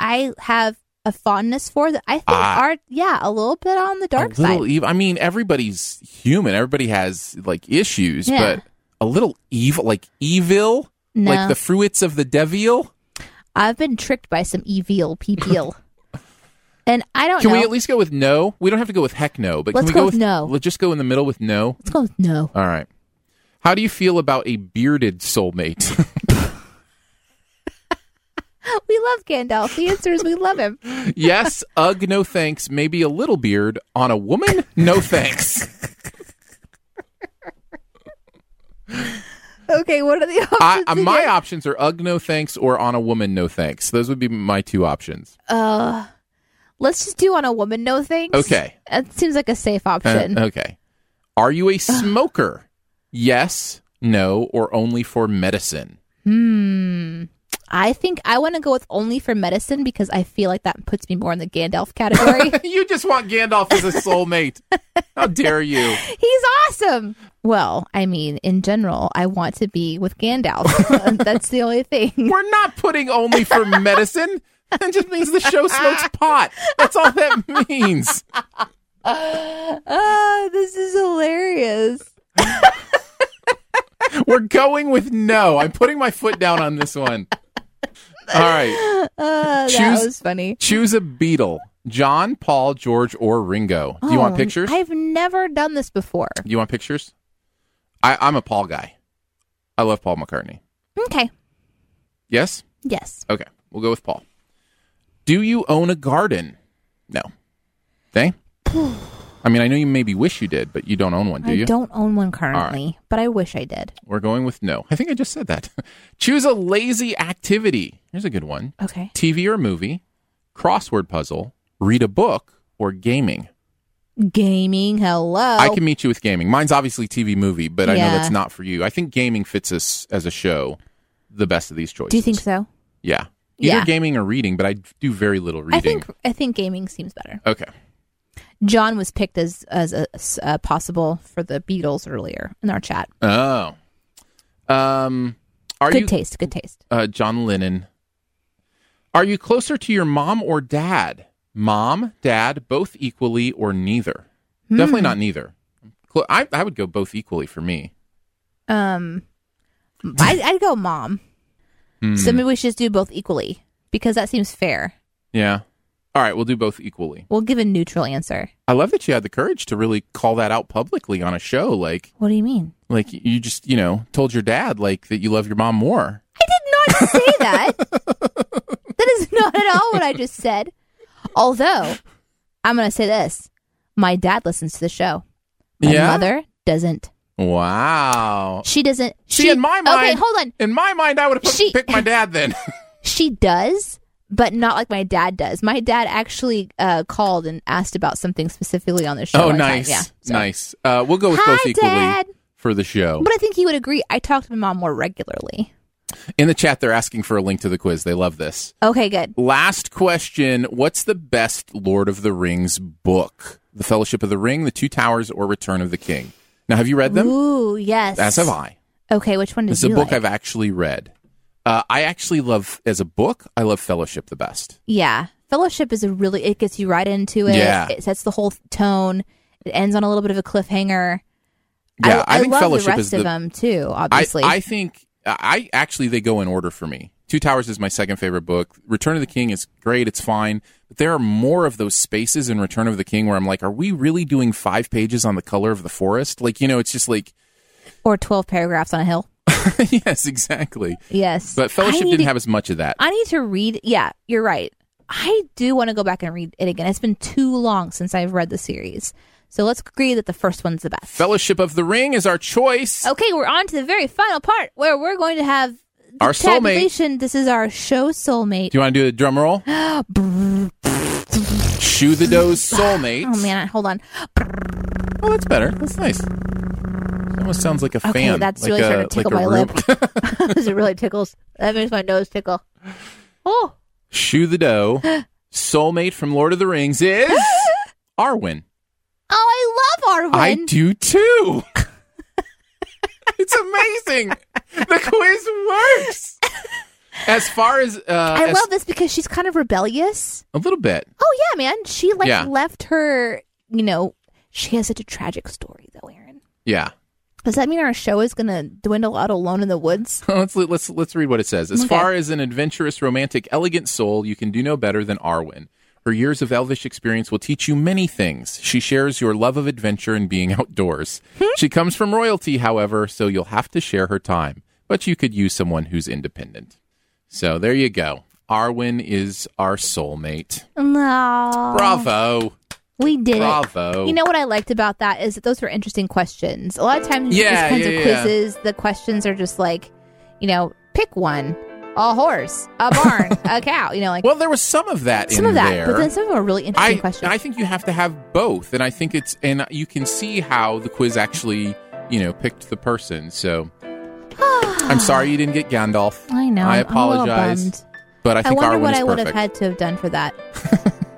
I have a fondness for that I think
Ah.
are yeah, a little bit on the dark
a little
side.
evil. I mean, everybody's human. Everybody has like issues,
Yeah.
but a little evil, like evil,
No.
like the fruits of the devil.
I've been tricked by some E evil people. and I don't
Can
know.
we at least go with no? We don't have to go with heck no, but
Oh, Let's
can we
go
go
with no.
Let's just go in the middle with no.
Let's go with no.
All right. How do you feel about a bearded soulmate?
We love Gandalf. The answer is we love him.
yes, ugh, no thanks. Maybe a little beard on a woman? No thanks.
Okay, what are the options?
I, uh, my
again?
options are ugh, no thanks, or on a woman, no thanks. Those would be my two options.
uh, let's just do on a woman no thanks.
Okay.
That seems like a safe
Uh,
option.
okay. Are you a smoker? yes, no, or only for medicine?
Hmm. I think I want to go with only for medicine because I feel like that puts me more in the Gandalf category.
you just want Gandalf as a soulmate. How dare you?
He's awesome. Well, I mean, in general, I want to be with Gandalf. That's the only thing.
We're not putting only for medicine. That just means the show smokes pot. That's all that means.
Oh, this is hilarious.
We're going with no. I'm putting my foot down on this one. All right.
Uh, that
Choose-
was funny.
Choose a beetle John, Paul, George, or Ringo. Do you want
Oh,
pictures?
I've never done this before.
Do you want pictures? I, I'm a Paul guy. I love Paul McCartney.
Okay.
Yes?
Yes.
Okay. We'll go with Paul. Do you own a garden? No. They? I mean, I know you maybe wish you did, but you don't own one, do
I
you?
don't own one currently, but I wish I did.
We're going with no. I think I just said that. Choose a lazy activity. Here's a good one
Okay.
TV or movie, crossword puzzle, read a book, or gaming.
Gaming, hello.
I can meet you with gaming. Mine's obviously TV movie, but I know
Oh. Yeah.
that's not for you. I think gaming fits us as a show the best of these choices.
Do you think so?
Yeah. Either
Yeah.
gaming or reading, but I do very little reading.
I think I think gaming seems better.
okay.
John was picked as as a, s- uh, possible for the Beatles earlier in our chat.
Oh. Um are
good
you
taste, good taste.
uh John Lennon. Are you closer to your mom or dad? Mom, dad, both equally or neither?
Hmm.
Definitely not neither. Cl- I I would go both equally for me.
Um, I, I'd go mom.
Hmm.
So maybe we should just do both equally because that seems fair.
Yeah. All right, we'll do both equally.
We'll give a neutral answer.
I love that you had the courage to really call that out publicly on a show like
What do you mean?
like you just, you know, told your dad like that you love your mom more.
I did not say that. that is not at all what I just said. Although I'm going to say this: my dad listens to the show. My
yeah.
mother doesn't.
Wow.
She doesn't.
See, in my
Okay,
mind-
hold on.
In my mind, I would have
She-
picked my dad then.
She does, but not like my dad does. My dad actually uh, called and asked about something specifically on the show.
Oh,
one time.
nice,
Yeah, so-
nice. Uh, we'll go with both
Hi,
equally
Dad.
for the show.
But I think he would agree. I talk to my mom more regularly.
In the chat, they're asking for a link to the quiz. They love this.
Okay, good.
Last question: What's the best Lord of the Rings book? The Fellowship of the Ring, The Two Towers, or Return of the King? Now, have you read them?
Ooh, yes.
As have I.
Okay, which one did
It's a
you
book
like?
I've actually read. Uh, I actually love, as a book, I love Fellowship the best.
Yeah, Fellowship is a really. It gets you right into it.
Yeah.
It sets the whole tone. It ends on a little bit of a cliffhanger.
Yeah,
I,
I, think
love
Fellowship
the rest
is the
of them too. Obviously,
I, I think I actually they go in order for me. Two Towers is my second favorite book. Return of the King is great, it's fine, but there are more of those spaces in Return of the King where I'm like, are we really doing five pages on the color of the forest? Like, you know, it's just like,
or twelve paragraphs on a hill.
yes, exactly.
Yes,
But Fellowship
I need
didn't
to-
have as much of that.
I need to read. Yeah, you're right. I do want to go back and read it again. It's been too long since I've read the series. So let's agree that the first one's the best.
Fellowship of the Ring is our choice.
Okay, we're on to the very final part where we're going to have the
Our soulmate.
tabulation. This is our show soulmate.
Do you want to do a drum roll? Shoe the Dough's soulmate.
Oh man, hold on.
Oh, that's better. That's nice. It almost sounds like a
Okay,
fan.
that's
like
really
a,
starting to tickle
like a
my
room.
lip. it really tickles. That makes my nose tickle. Oh,
Shoe the Dough, soulmate from Lord of the Rings is Arwen.
oh, I love Arwen.
I do too. it's amazing. the quiz works. As far as uh,
I
as-
love this because she's kind of rebellious.
a little bit.
Oh yeah, man. She like
Yeah.
left her. You know, she has such a tragic story though, Aaron.
Yeah.
Does that mean our show is gonna dwindle out alone in the woods?
let's let's let's read what it says. As
Okay.
far as an adventurous, romantic, elegant soul, you can do no better than Arwen. Her years of elvish experience will teach you many things. She shares your love of adventure and being outdoors. she comes from royalty, however, so you'll have to share her time. But you could use someone who's independent. So there you go. Arwen is our soulmate.
No.
Bravo.
We did it.
Bravo.
You know what I liked about that is that those were interesting questions. A lot of times,
Yeah,
these kinds
yeah,
of
yeah.
quizzes, the questions are just like, you know, pick one: a horse, a barn, a cow. You know, like
well, there was some of that
some
in
of that.
there.
But then some of them are really interesting
I,
questions.
I think you have to have both, and I think it's and you can see how the quiz actually you know picked the person. So I'm sorry you didn't get Gandalf.
I know.
I
I'm- I'm a little
apologize,
bummed.
but I
I,
think
wonder
Arwen
what
is
I would have
perfect.
had to have done for that.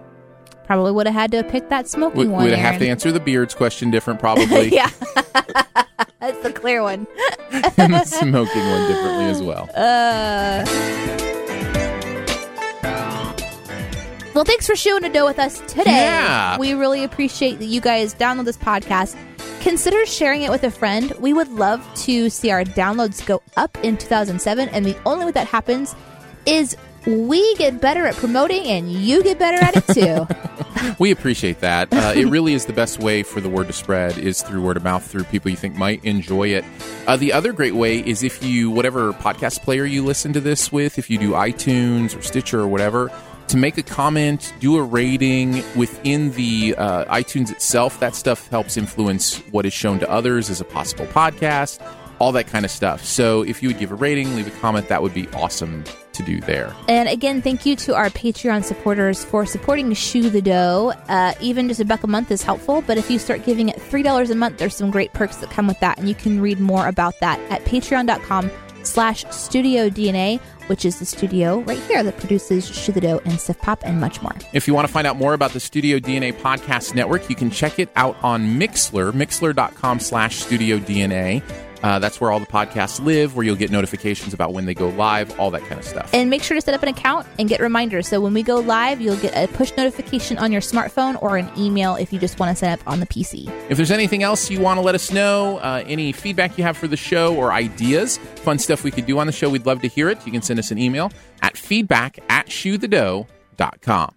Probably would have had to have picked that smoky
we,
one.
would have to
Aaron.
answer the beards question different, probably,
yeah, that's the clear one.
and the smoking one differently as well.
Uh. Well, thanks for shooting a dough with us today.
Yeah.
We really appreciate that you guys download this podcast. Consider sharing it with a friend. We would love to see our downloads go up in 2007. And the only way that happens is we get better at promoting and you get better at it too.
We appreciate that. Uh, it really is the best way for the word to spread is through word of mouth through people you think might enjoy it. Uh, the other great way is if you whatever podcast player you listen to this with, if you do iTunes or Stitcher or whatever, to make a comment, do a rating within the uh, iTunes itself. That stuff helps influence what is shown to others as a possible podcast, all that kind of stuff. So if you would give a rating, leave a comment, that would be awesome to do there.
And again, thank you to our Patreon supporters for supporting Shoe the Dough. Uh, even just a buck a month is helpful, but if you start giving it $3 a month, there's some great perks that come with that, and you can read more about that at patreon.com slash studio DNA, which is the studio right here that produces Shoe the Dough and Sif Pop and much more.
If you want to find out more about the Studio DNA Podcast Network, you can check it out on Mixler, mixler.com slash Studio DNA. Uh, that's where all the podcasts live, where you'll get notifications about when they go live, all that kind of stuff.
And make sure to set up an account and get reminders. So when we go live, you'll get a push notification on your smartphone or an email if you just want to set up on the PC.
If there's anything else you want to let us know, uh, any feedback you have for the show or ideas, fun stuff we could do on the show, we'd love to hear it. You can send us an email at feedback at shoethedough.com.